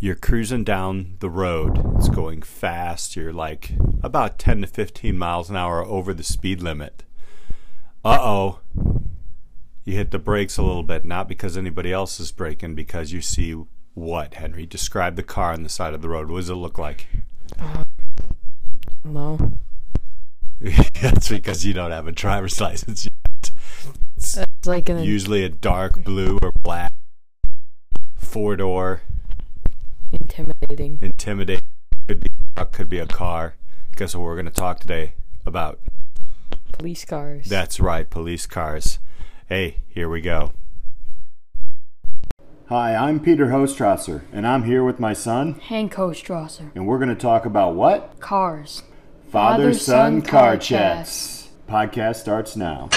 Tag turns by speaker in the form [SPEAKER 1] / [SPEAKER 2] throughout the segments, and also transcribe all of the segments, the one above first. [SPEAKER 1] you're cruising down the road. It's going fast. You're like about 10 to 15 miles an hour over the speed limit. Uh oh. You hit the brakes a little bit, not because anybody else is braking, because you see what, Henry? Describe the car on the side of the road. What does it look like?
[SPEAKER 2] No.
[SPEAKER 1] That's because you don't have a driver's license.
[SPEAKER 2] It's like an
[SPEAKER 1] Usually a dark blue or black four door.
[SPEAKER 2] intimidating.
[SPEAKER 1] intimidating. Could be a truck, could be a car. Guess what we're going to talk today about?
[SPEAKER 2] Police cars.
[SPEAKER 1] That's right, police cars. Hey, here we go. Hi, I'm Peter Hostrasser, and I'm here with my son,
[SPEAKER 3] Hank Ostrasser.
[SPEAKER 1] and we're going to talk about what?
[SPEAKER 3] Cars.
[SPEAKER 1] Father Son
[SPEAKER 3] Father-son
[SPEAKER 1] Car
[SPEAKER 3] car
[SPEAKER 1] Chats. Podcast starts now.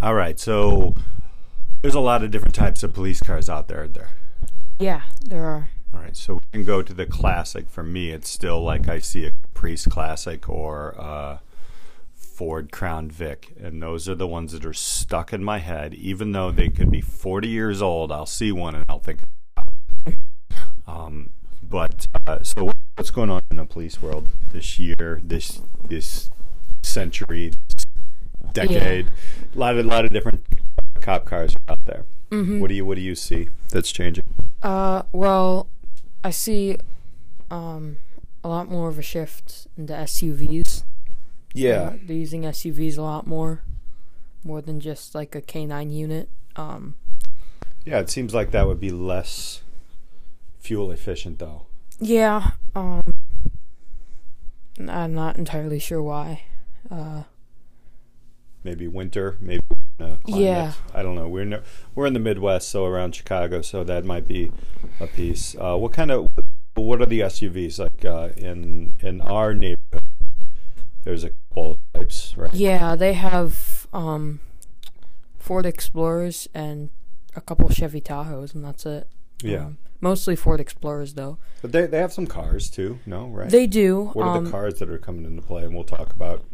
[SPEAKER 1] All right, so there's a lot of different types of police cars out there. aren't There,
[SPEAKER 2] yeah, there are.
[SPEAKER 1] all right, so we can go to the classic. For me, it's still like I see a Caprice Classic or a Ford Crown Vic, and those are the ones that are stuck in my head. Even though they could be 40 years old, I'll see one and I'll think. Um, but uh, so what- what's going on in the police world this year, this this century, this decade? A lot of lot of different cop cars are out there. What do you what do you see that's changing?
[SPEAKER 2] Uh, well, I see um a lot more of a shift into SUVs. Uh, They're using SUVs a lot more, more than just like a K9 unit. Um,
[SPEAKER 1] Yeah, it seems like that would be less fuel efficient, though.
[SPEAKER 2] yeah. Um, I'm not entirely sure why. Uh,
[SPEAKER 1] Maybe winter, maybe uh, climate.
[SPEAKER 2] Yeah.
[SPEAKER 1] I don't know. We're no, we're in the Midwest, so around Chicago, so that might be a piece. Uh, what kind of what are the SUVs like uh, in in our neighborhood? There's a couple types, right?
[SPEAKER 2] yeah, they have um Ford Explorers and a couple Chevy Tahoes, and that's it.
[SPEAKER 1] Yeah.
[SPEAKER 2] Um, mostly Ford Explorers, though.
[SPEAKER 1] but they they have some cars too. No, right?
[SPEAKER 2] They do.
[SPEAKER 1] what are
[SPEAKER 2] um,
[SPEAKER 1] the cars that are coming into play? And we'll talk about.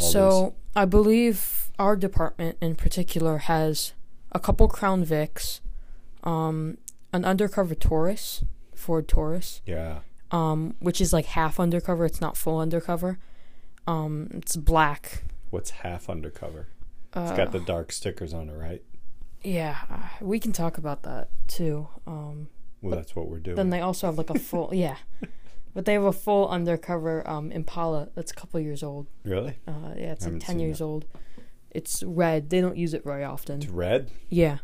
[SPEAKER 1] All
[SPEAKER 2] So I believe our department in particular has a couple Crown Vics, um, an undercover Taurus, Ford Taurus,
[SPEAKER 1] these. yeah,
[SPEAKER 2] um, which is like half undercover. It's not full undercover. Um, it's black.
[SPEAKER 1] what's half undercover? it's
[SPEAKER 2] Uh,
[SPEAKER 1] got the dark stickers on it, right?
[SPEAKER 2] Yeah, uh, we can talk about that too. Um,
[SPEAKER 1] Well, that's what we're doing.
[SPEAKER 2] then they also have like a full yeah, but they have a full undercover um, Impala that's a couple years old.
[SPEAKER 1] really?
[SPEAKER 2] Uh, yeah, it's like
[SPEAKER 1] Haven't
[SPEAKER 2] ten
[SPEAKER 1] seen
[SPEAKER 2] years
[SPEAKER 1] that.
[SPEAKER 2] old. It's red. They don't use it very often.
[SPEAKER 1] It's red.
[SPEAKER 2] Yeah.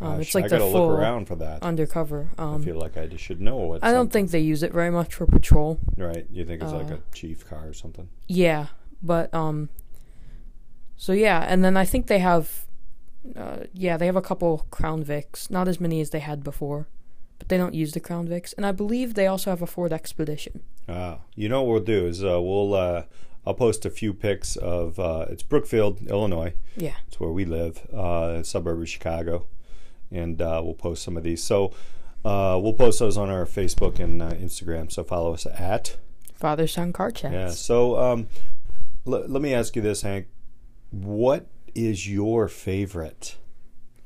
[SPEAKER 2] Um,
[SPEAKER 1] Gosh,
[SPEAKER 2] it's like
[SPEAKER 1] I
[SPEAKER 2] the
[SPEAKER 1] gotta
[SPEAKER 2] full
[SPEAKER 1] look around for that.
[SPEAKER 2] undercover.
[SPEAKER 1] I
[SPEAKER 2] Um,
[SPEAKER 1] feel like I just should know what.
[SPEAKER 2] I don't think they use it very much for patrol.
[SPEAKER 1] Right? You think it's like
[SPEAKER 2] uh,
[SPEAKER 1] a chief car or something?
[SPEAKER 2] Yeah, but um, so yeah, and then I think they have, uh, yeah, they have a couple Crown Vics, not as many as they had before, but they don't use the Crown Vics, and I believe they also have a Ford Expedition.
[SPEAKER 1] Ah, you know what we'll do is uh, we'll uh, I'll post a few pics of uh, it's Brookfield, Illinois.
[SPEAKER 2] Yeah,
[SPEAKER 1] It's where we live, uh, suburb of Chicago, and uh, we'll post some of these. So uh, we'll post those on our Facebook and uh, Instagram. So follow us at
[SPEAKER 2] father son car chats.
[SPEAKER 1] Yeah. So um, l- let me ask you this, Hank. What is your favorite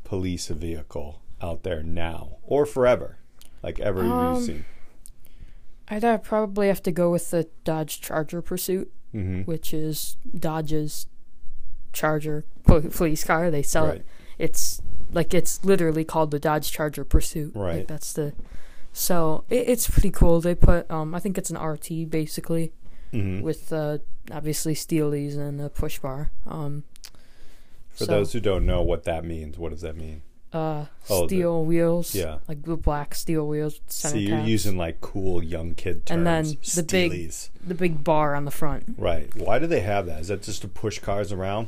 [SPEAKER 1] police vehicle out there now or forever? Like ever you've
[SPEAKER 2] Um,
[SPEAKER 1] seen?
[SPEAKER 2] I'd uh, probably have to go with the Dodge Charger Pursuit,
[SPEAKER 1] Mm-hmm.
[SPEAKER 2] which is Dodge's Charger po- police car. They sell it
[SPEAKER 1] Right.
[SPEAKER 2] it's like it's literally called the Dodge Charger Pursuit. Like,
[SPEAKER 1] Right.
[SPEAKER 2] that's the so it, it's pretty cool. They put um I think it's an RT basically
[SPEAKER 1] hmm
[SPEAKER 2] with uh obviously steelies and a push bar. Um
[SPEAKER 1] For
[SPEAKER 2] so,
[SPEAKER 1] those who don't know what that means, what does that mean?
[SPEAKER 2] uh
[SPEAKER 1] Oh, the-
[SPEAKER 2] steel wheels.
[SPEAKER 1] yeah.
[SPEAKER 2] Like the black steel wheels with center
[SPEAKER 1] See, you're
[SPEAKER 2] caps,
[SPEAKER 1] using like cool young kid terms.
[SPEAKER 2] And then the big-
[SPEAKER 1] Steelies.
[SPEAKER 2] the big bar on the front.
[SPEAKER 1] Right. Why do they have that? Is that just to push cars around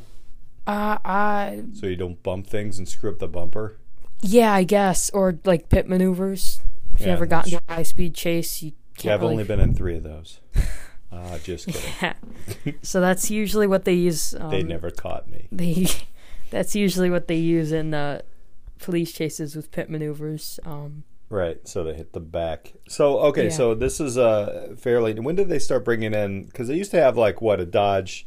[SPEAKER 2] Uh I
[SPEAKER 1] so you don't bump things and screw up the bumper?
[SPEAKER 2] yeah, I guess. Or like pit maneuvers. If
[SPEAKER 1] Yeah,
[SPEAKER 2] you ever got
[SPEAKER 1] that's
[SPEAKER 2] into a high speed chase you can't
[SPEAKER 1] Yeah, I've
[SPEAKER 2] really
[SPEAKER 1] only been in three of those. Ah, just kidding.
[SPEAKER 2] so that's usually what they use um,
[SPEAKER 1] they never caught me.
[SPEAKER 2] they that's usually what they use in uh, police chases with pit maneuvers. Um,
[SPEAKER 1] Right, so they hit the back. So okay,
[SPEAKER 2] Yeah.
[SPEAKER 1] so this is uh fairly. When did they start bringing in? Because they used to have like what a Dodge,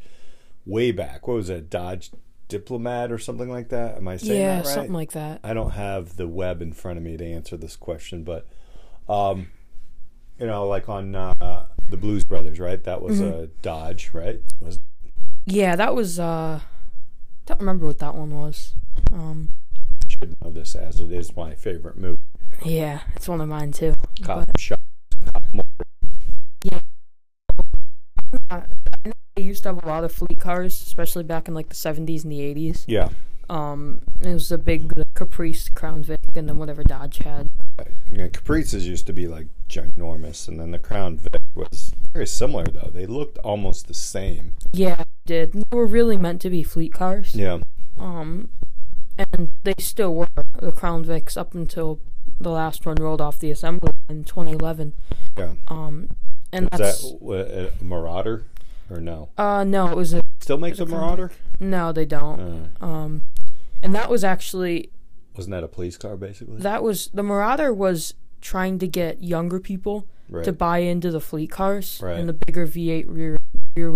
[SPEAKER 1] way back. What was it? Dodge Diplomat or something like that. Am I saying
[SPEAKER 2] yeah,
[SPEAKER 1] that right?
[SPEAKER 2] something like that.
[SPEAKER 1] I don't have the web in front of me to answer this question, but um, you know, like on uh, the Blues Brothers, right? That was
[SPEAKER 2] Mm-hmm.
[SPEAKER 1] a Dodge, right? Was
[SPEAKER 2] Yeah, that was. uh Don't remember what that one was. Um,
[SPEAKER 1] should know this as it is my favorite movie.
[SPEAKER 2] yeah, it's one of mine too.
[SPEAKER 1] Cop Shop.
[SPEAKER 2] I used to have a lot of fleet cars, especially back in like the seventies and the eighties.
[SPEAKER 1] Yeah,
[SPEAKER 2] Um, it was a big Caprice, Crown Vic, and then whatever Dodge had.
[SPEAKER 1] yeah. Caprices used to be like ginormous, and then the Crown Vic was very similar though. They looked almost the same.
[SPEAKER 2] Yeah, it did. They were really meant to be fleet cars.
[SPEAKER 1] Yeah,
[SPEAKER 2] Um, and they still were the Crown Vics up until the last one rolled off the assembly in 2011.
[SPEAKER 1] yeah.
[SPEAKER 2] Um, and
[SPEAKER 1] Was
[SPEAKER 2] that's
[SPEAKER 1] that uh, a Marauder or no?
[SPEAKER 2] uh no, it was a
[SPEAKER 1] Still makes a
[SPEAKER 2] Crown
[SPEAKER 1] Marauder?
[SPEAKER 2] no, they don't.
[SPEAKER 1] Uh,
[SPEAKER 2] Um, and that was actually
[SPEAKER 1] wasn't that a police car basically?
[SPEAKER 2] that was the Marauder was trying to get younger people
[SPEAKER 1] right.
[SPEAKER 2] to buy into the fleet cars
[SPEAKER 1] Right.
[SPEAKER 2] and the bigger V8 rear rear.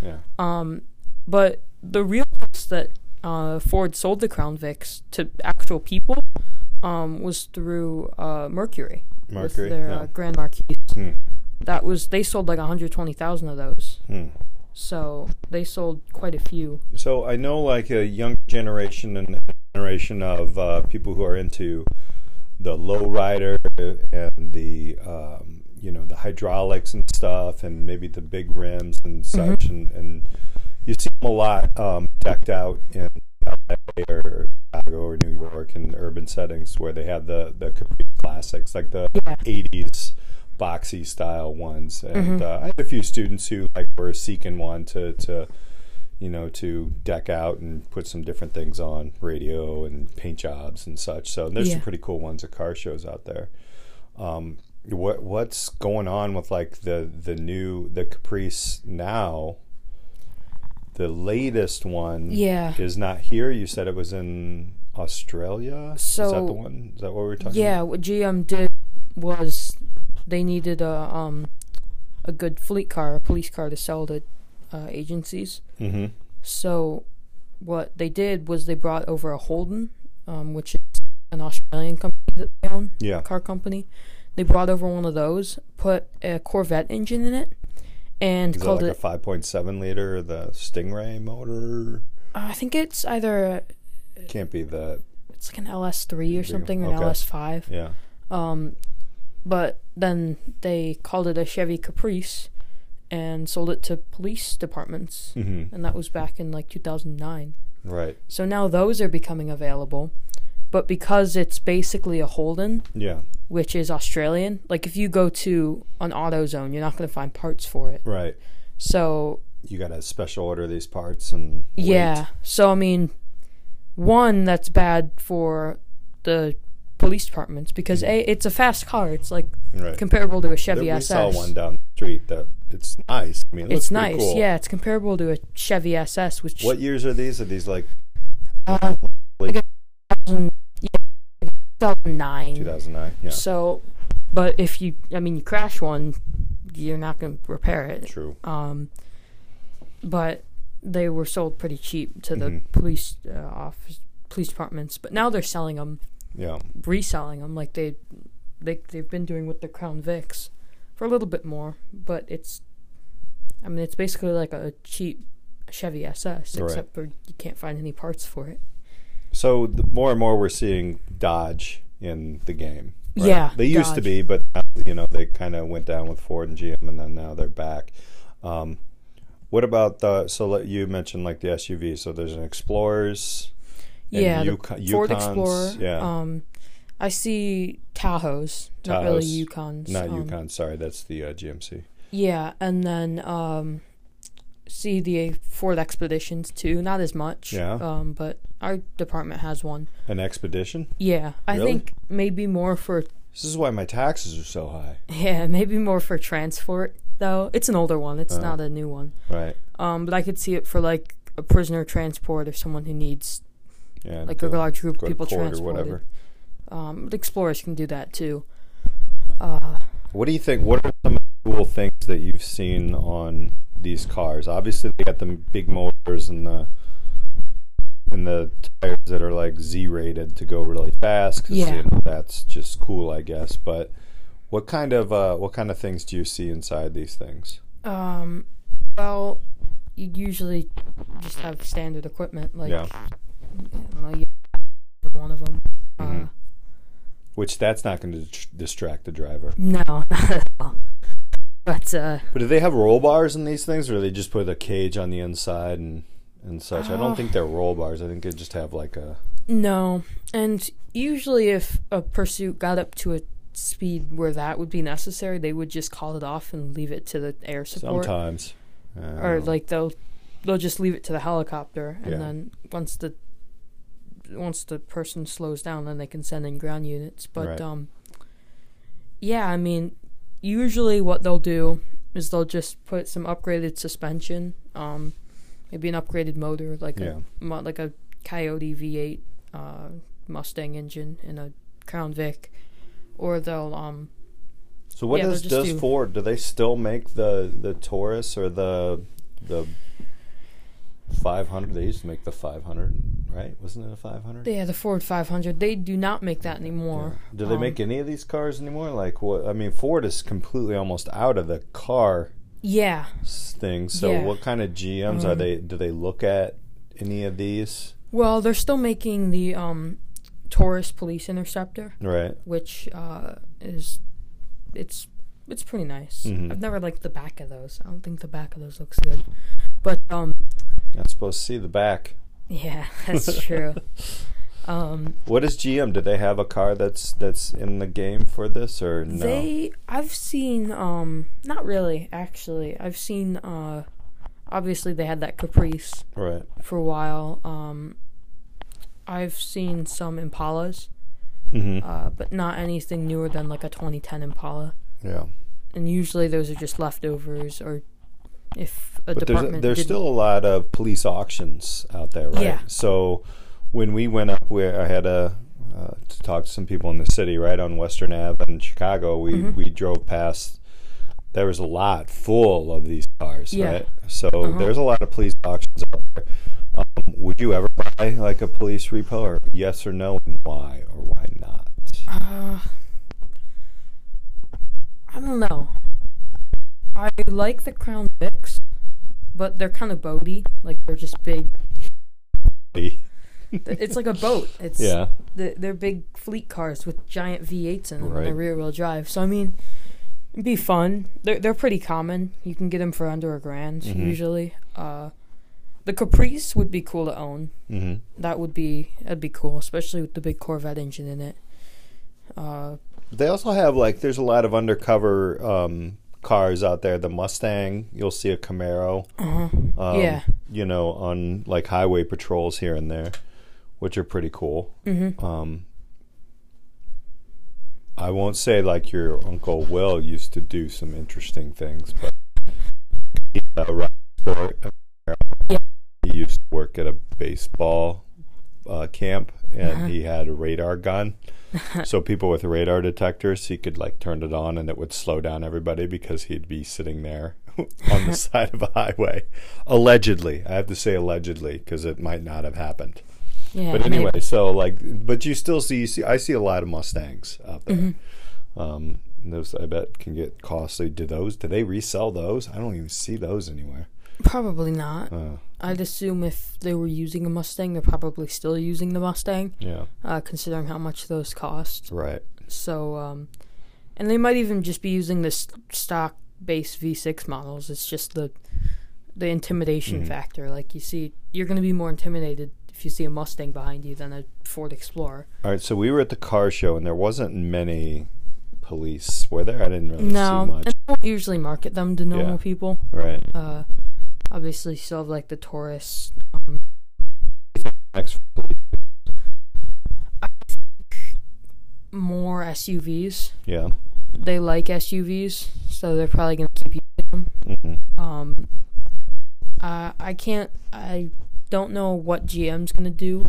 [SPEAKER 1] yeah.
[SPEAKER 2] Um, but the real cost that uh, Ford sold the Crown Vics to actual people um, was through uh, Mercury,
[SPEAKER 1] Mercury.
[SPEAKER 2] with their
[SPEAKER 1] yeah.
[SPEAKER 2] uh, Grand Marquis.
[SPEAKER 1] Hmm.
[SPEAKER 2] That was they sold like 120,000 of those,
[SPEAKER 1] Hmm.
[SPEAKER 2] so they sold quite a few.
[SPEAKER 1] So I know like a young generation and a generation of uh, people who are into the lowrider and the um, you know the hydraulics and stuff and maybe the big rims and such
[SPEAKER 2] Mm-hmm.
[SPEAKER 1] and, and you see them a lot um, decked out in LA or Chicago or New York in urban settings where they have the the Capri classics like the
[SPEAKER 2] Yeah.
[SPEAKER 1] 80s boxy style ones
[SPEAKER 2] Mm-hmm.
[SPEAKER 1] and uh, I had a few students who like were seeking one to to you know, to deck out and put some different things on radio and paint jobs and such. So there's some
[SPEAKER 2] Yeah.
[SPEAKER 1] pretty cool ones at car shows out there. Um, what what's going on with like the the new the Caprice now? The latest one
[SPEAKER 2] Yeah.
[SPEAKER 1] is not here. You said it was in Australia. is that
[SPEAKER 2] So-
[SPEAKER 1] the one? Is that what we were talking?
[SPEAKER 2] Yeah, what GM did was they needed a um a good fleet car, a police car to sell to uh, agencies.
[SPEAKER 1] about? Mm-hmm.
[SPEAKER 2] So, what they did was they brought over a Holden, um, which is an Australian company that they own,
[SPEAKER 1] Yeah.
[SPEAKER 2] a car company. They brought over one of those, put a Corvette engine in it, and
[SPEAKER 1] Is that
[SPEAKER 2] called
[SPEAKER 1] like a
[SPEAKER 2] it.
[SPEAKER 1] five point seven liter the Stingray motor?
[SPEAKER 2] I think it's either a,
[SPEAKER 1] Can't be the
[SPEAKER 2] it's like an LS3 or
[SPEAKER 1] Big-
[SPEAKER 2] something, or
[SPEAKER 1] okay.
[SPEAKER 2] an LS5.
[SPEAKER 1] yeah.
[SPEAKER 2] Um, but then they called it a Chevy Caprice, and sold it to police departments,
[SPEAKER 1] hmm
[SPEAKER 2] and that was back in like 2009.
[SPEAKER 1] Right.
[SPEAKER 2] So now those are becoming available. But because it's basically a Holden,
[SPEAKER 1] Yeah.
[SPEAKER 2] which is Australian, like if you go to an AutoZone, you're not going to find parts for it.
[SPEAKER 1] Right.
[SPEAKER 2] So,
[SPEAKER 1] you got to special order these parts and wait.
[SPEAKER 2] yeah. So, I mean, one, that's bad for the police departments because A, it's a fast car. It's like
[SPEAKER 1] right.
[SPEAKER 2] comparable to a
[SPEAKER 1] Mm-hmm. There-
[SPEAKER 2] Chevy
[SPEAKER 1] we
[SPEAKER 2] SS.
[SPEAKER 1] saw one down the street that it's nice. I mean, it looks
[SPEAKER 2] it's
[SPEAKER 1] pretty
[SPEAKER 2] nice.
[SPEAKER 1] cool.
[SPEAKER 2] Yeah, it's comparable to a Chevy SS, which
[SPEAKER 1] What years are these? Are these like
[SPEAKER 2] uh,
[SPEAKER 1] Like-
[SPEAKER 2] like a thousand, yeah, like a 2009.
[SPEAKER 1] 2009? Yeah,
[SPEAKER 2] So, but if you, I mean, you crash one, you're not going to repair it.
[SPEAKER 1] true.
[SPEAKER 2] Um, but they were sold pretty cheap to the
[SPEAKER 1] Mhm.
[SPEAKER 2] police uh, office, police departments. But now they're selling them,
[SPEAKER 1] Yeah,
[SPEAKER 2] reselling them, like they, they they've been doing with the Crown Vics, for a little bit more. But it's, I mean, it's basically like a cheap Chevy SS,
[SPEAKER 1] Right.
[SPEAKER 2] except for you can't find any parts for it.
[SPEAKER 1] So the more and more we're seeing Dodge in the game. right?
[SPEAKER 2] Yeah,
[SPEAKER 1] they used to
[SPEAKER 2] Dodge.
[SPEAKER 1] be, but now, you know they kind of went down with Ford and GM, and then now they're back. Um, what about the? So let, you mentioned like the SUV. So there's an Explorers. and
[SPEAKER 2] yeah, the
[SPEAKER 1] Yukon-
[SPEAKER 2] Ford
[SPEAKER 1] Yukons,
[SPEAKER 2] Explorer.
[SPEAKER 1] Yeah,
[SPEAKER 2] Um, I see Tahoes, not really
[SPEAKER 1] Tahoes.
[SPEAKER 2] Yukons.
[SPEAKER 1] not
[SPEAKER 2] um,
[SPEAKER 1] Yukon. Sorry, that's the uh, GMC.
[SPEAKER 2] Yeah, and then um, see the Ford Expeditions too. Not as much.
[SPEAKER 1] Yeah.
[SPEAKER 2] Um, but our department has one.
[SPEAKER 1] An Expedition.
[SPEAKER 2] Yeah, I
[SPEAKER 1] Really?
[SPEAKER 2] think maybe more for
[SPEAKER 1] This is why my taxes are so high.
[SPEAKER 2] yeah maybe more for transport though. It's an older one. It's
[SPEAKER 1] Uh.
[SPEAKER 2] not a new one.
[SPEAKER 1] Right.
[SPEAKER 2] Um, but I could see it for like a prisoner transport or someone who needs
[SPEAKER 1] Yeah.
[SPEAKER 2] like a
[SPEAKER 1] to
[SPEAKER 2] large group
[SPEAKER 1] go
[SPEAKER 2] of
[SPEAKER 1] to
[SPEAKER 2] people
[SPEAKER 1] court or
[SPEAKER 2] transported.
[SPEAKER 1] whatever.
[SPEAKER 2] Um, but explorers can do that too. Uh,
[SPEAKER 1] What do you think? What are some cool things that you've seen on these cars? Obviously, they got the big motors and the and the tires that are like Z rated to go really fast. 'cause,
[SPEAKER 2] Yeah.
[SPEAKER 1] you know, that's just cool, I guess. But what kind of uh, what kind of things do you see inside these things?
[SPEAKER 2] Um, well, you'd usually just have standard equipment, like
[SPEAKER 1] Yeah.
[SPEAKER 2] I don't know, you for one of them. Uh,
[SPEAKER 1] Mhm. Which that's not going to distract the driver.
[SPEAKER 2] no, not at all. But uh,
[SPEAKER 1] But do they have roll bars in these things, or they just put a cage on the inside and and such? I
[SPEAKER 2] Uh.
[SPEAKER 1] don't think they're roll bars. I think they just have like a
[SPEAKER 2] no, and usually if a pursuit got up to a speed where that would be necessary, they would just call it off and leave it to the air support,
[SPEAKER 1] sometimes. uh, I don't
[SPEAKER 2] or
[SPEAKER 1] know.
[SPEAKER 2] like they'll they'll just leave it to the helicopter, and
[SPEAKER 1] Oh. Yeah.
[SPEAKER 2] then once the once the person slows down, then they can send in ground units. But
[SPEAKER 1] Right.
[SPEAKER 2] um, yeah, I mean, usually what they'll do is they'll just put some upgraded suspension, um, maybe an upgraded motor, like
[SPEAKER 1] yeah,
[SPEAKER 2] a mo- like a Coyote V8 uh, Mustang engine and a Crown Vic, or they'll um,
[SPEAKER 1] So what
[SPEAKER 2] Yeah, they'll
[SPEAKER 1] does
[SPEAKER 2] just
[SPEAKER 1] does
[SPEAKER 2] do-
[SPEAKER 1] Ford? Do they still make the the Taurus or the the five hundred? They used to make the five hundred, right? Wasn't it a five hundred?
[SPEAKER 2] yeah, the Ford 500. They do not make that anymore.
[SPEAKER 1] Do they
[SPEAKER 2] Um,
[SPEAKER 1] make any of these cars anymore? Like what? I mean, Ford is completely almost out of the car
[SPEAKER 2] Yeah.
[SPEAKER 1] s- thing. So
[SPEAKER 2] Yeah.
[SPEAKER 1] what kind of GMs are
[SPEAKER 2] Um,
[SPEAKER 1] they? Do they look at any of these?
[SPEAKER 2] Well, they're still making the um, Taurus Police Interceptor,
[SPEAKER 1] Right.
[SPEAKER 2] which uh, is it's it's pretty nice.
[SPEAKER 1] Mhm.
[SPEAKER 2] I've never liked the back of those. I don't think the back of those looks good. But um,
[SPEAKER 1] Not supposed to see the back.
[SPEAKER 2] yeah, that's true. Um,
[SPEAKER 1] What is GM? Do they have a car that's that's in the game for this or no?
[SPEAKER 2] They, I've seen, um, not really, actually. I've seen, uh, obviously they had that Caprice
[SPEAKER 1] right.
[SPEAKER 2] for a while. Um, I've seen some Impalas,
[SPEAKER 1] Mm-hmm.
[SPEAKER 2] uh, but not anything newer than like a 2010 Impala.
[SPEAKER 1] yeah.
[SPEAKER 2] and usually those are just leftovers or if
[SPEAKER 1] but
[SPEAKER 2] a
[SPEAKER 1] there's,
[SPEAKER 2] department
[SPEAKER 1] there's
[SPEAKER 2] didn't-
[SPEAKER 1] still a lot of police auctions out there, right?
[SPEAKER 2] Yeah.
[SPEAKER 1] So when we went up, where I had a uh, to talk to some people in the city, right on Western Ave in Chicago, we
[SPEAKER 2] Mm-hmm.
[SPEAKER 1] we drove past. There was a lot full of these cars,
[SPEAKER 2] Yeah. Uh-huh.
[SPEAKER 1] right? So there's a lot of police auctions out there. Um, would you ever buy like a police repo, or yes or no, and why or why not?
[SPEAKER 2] uh, i don't know i like the crown vics but they're kind of boaty like they're just big it's like a boat it's
[SPEAKER 1] yeah,
[SPEAKER 2] th- they're big fleet cars with giant v8s in them and
[SPEAKER 1] Right.
[SPEAKER 2] they're rear wheel drive so i mean it'd be fun they're, they're pretty common you can get them for under a grand
[SPEAKER 1] Mhm.
[SPEAKER 2] usually uh, the caprice would be cool to own
[SPEAKER 1] hmm
[SPEAKER 2] That would be that'd be cool, especially with the big Corvette engine in it. Uh,
[SPEAKER 1] They also have like there's a lot of undercover um, cars out there. The Mustang, you'll see a Camaro,
[SPEAKER 2] uh
[SPEAKER 1] um,
[SPEAKER 2] Yeah.
[SPEAKER 1] you know, on like highway patrols here and there, which are pretty cool.
[SPEAKER 2] Mhm.
[SPEAKER 1] Um, I won't say like your uncle Will used to do some interesting things, but he, had a rock sport, a Camaro.
[SPEAKER 2] Yeah.
[SPEAKER 1] he used to work at a baseball uh, camp, and
[SPEAKER 2] Uh-huh.
[SPEAKER 1] he had a radar gun. So people with radar detectors, he could like turn it on and it would slow down everybody because he'd be sitting there on the side of a highway. Allegedly, I have to say allegedly because it might not have happened.
[SPEAKER 2] yeah.
[SPEAKER 1] But anyway,
[SPEAKER 2] maybe.
[SPEAKER 1] so like, but you still see, you see, I see a lot of Mustangs out there.
[SPEAKER 2] Mm-hmm.
[SPEAKER 1] Um, and those I bet can get costly. Do those? Do they resell those? I don't even see those anywhere.
[SPEAKER 2] probably not.
[SPEAKER 1] Uh,
[SPEAKER 2] I'd assume if they were using a Mustang, they're probably still using the Mustang,
[SPEAKER 1] yeah,
[SPEAKER 2] uh, considering how much those cost.
[SPEAKER 1] right.
[SPEAKER 2] So, um, and they might even just be using this stock base V6 models. It's just the the intimidation
[SPEAKER 1] Mhm.
[SPEAKER 2] factor. Like you see, you're going to be more intimidated if you see a Mustang behind you than a Ford Explorer.
[SPEAKER 1] All right, so we were at the car show and there wasn't many police. Were there? I didn't really
[SPEAKER 2] No,
[SPEAKER 1] Oh, see much.
[SPEAKER 2] and they don't usually market them to normal
[SPEAKER 1] Yeah.
[SPEAKER 2] people.
[SPEAKER 1] Right.
[SPEAKER 2] uh obviously still have like the Taurus. Um,
[SPEAKER 1] Next police.
[SPEAKER 2] more SUVs.
[SPEAKER 1] Yeah.
[SPEAKER 2] They like SUVs, so they're probably gonna keep using them.
[SPEAKER 1] hmm
[SPEAKER 2] Um, uh, I can't. I don't know what GM's gonna do.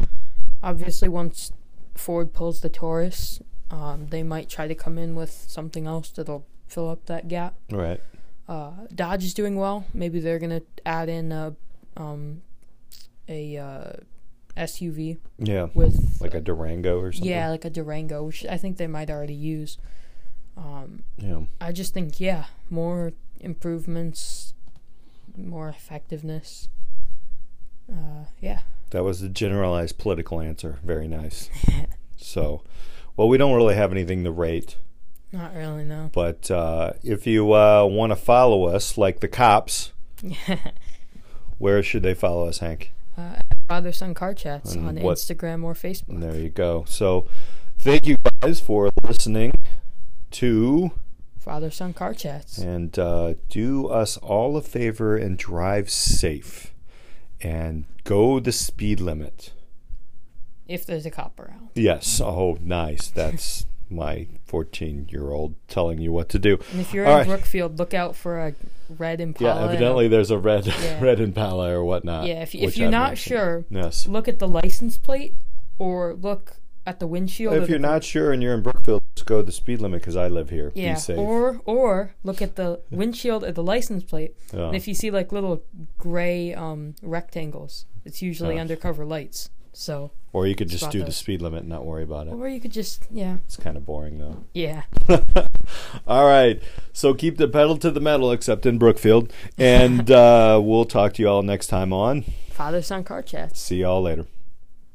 [SPEAKER 2] Obviously, once Ford pulls the Taurus, um, they might try to come in with something else that'll fill up that gap.
[SPEAKER 1] Right.
[SPEAKER 2] uh, Dodge is doing well. Maybe they're gonna add in a um, a uh, SUV
[SPEAKER 1] Yeah.
[SPEAKER 2] with
[SPEAKER 1] Like a Durango or something.
[SPEAKER 2] yeah, like a Durango, which I think they might already use. Um,
[SPEAKER 1] Yeah.
[SPEAKER 2] I just think yeah, more improvements, more effectiveness. Uh, yeah,
[SPEAKER 1] That was the generalized political answer. Very nice. so, well, we don't really have anything to rate,
[SPEAKER 2] not really no.
[SPEAKER 1] but uh, if you uh, want to follow us, like the cops, where should they follow us, Hank?
[SPEAKER 2] Uh, Father Son Car Chats
[SPEAKER 1] And
[SPEAKER 2] on
[SPEAKER 1] what-
[SPEAKER 2] Instagram or Facebook.
[SPEAKER 1] And there you go. So, thank you guys for listening to,
[SPEAKER 2] Father Son Car Chats.
[SPEAKER 1] and uh, do us all a favor and drive safe, and go the speed limit.
[SPEAKER 2] If there's a cop around,
[SPEAKER 1] Yes. Oh, nice. That's my 14 year old telling you what to do.
[SPEAKER 2] and if you're
[SPEAKER 1] All
[SPEAKER 2] in
[SPEAKER 1] right.
[SPEAKER 2] Brookfield, look out for a red Impala.
[SPEAKER 1] Yeah,
[SPEAKER 2] and a-
[SPEAKER 1] evidently there's a red
[SPEAKER 2] Yeah.
[SPEAKER 1] red Impala or whatnot.
[SPEAKER 2] Yeah, if, if
[SPEAKER 1] which
[SPEAKER 2] you're
[SPEAKER 1] I'm
[SPEAKER 2] not
[SPEAKER 1] not-
[SPEAKER 2] sure,
[SPEAKER 1] Yes.
[SPEAKER 2] look at the license plate or look at the windshield. of
[SPEAKER 1] If
[SPEAKER 2] the
[SPEAKER 1] you're not sure and you're in Brookfield, just go the speed limit because I live here.
[SPEAKER 2] Yeah,
[SPEAKER 1] Be safe.
[SPEAKER 2] or or look at the windshield at the license plate,
[SPEAKER 1] Yeah.
[SPEAKER 2] and if you see like little gray um, rectangles, it's usually
[SPEAKER 1] Oh.
[SPEAKER 2] undercover lights. So,
[SPEAKER 1] or you could just
[SPEAKER 2] Spot
[SPEAKER 1] do the
[SPEAKER 2] those.
[SPEAKER 1] speed limit and not worry about it.
[SPEAKER 2] or you could just yeah
[SPEAKER 1] It's kind of boring though.
[SPEAKER 2] yeah.
[SPEAKER 1] All right. So keep the pedal to the metal, except in Brookfield. And uh, we'll talk to you all next time on.
[SPEAKER 2] Father son car chats.
[SPEAKER 1] See y'all later.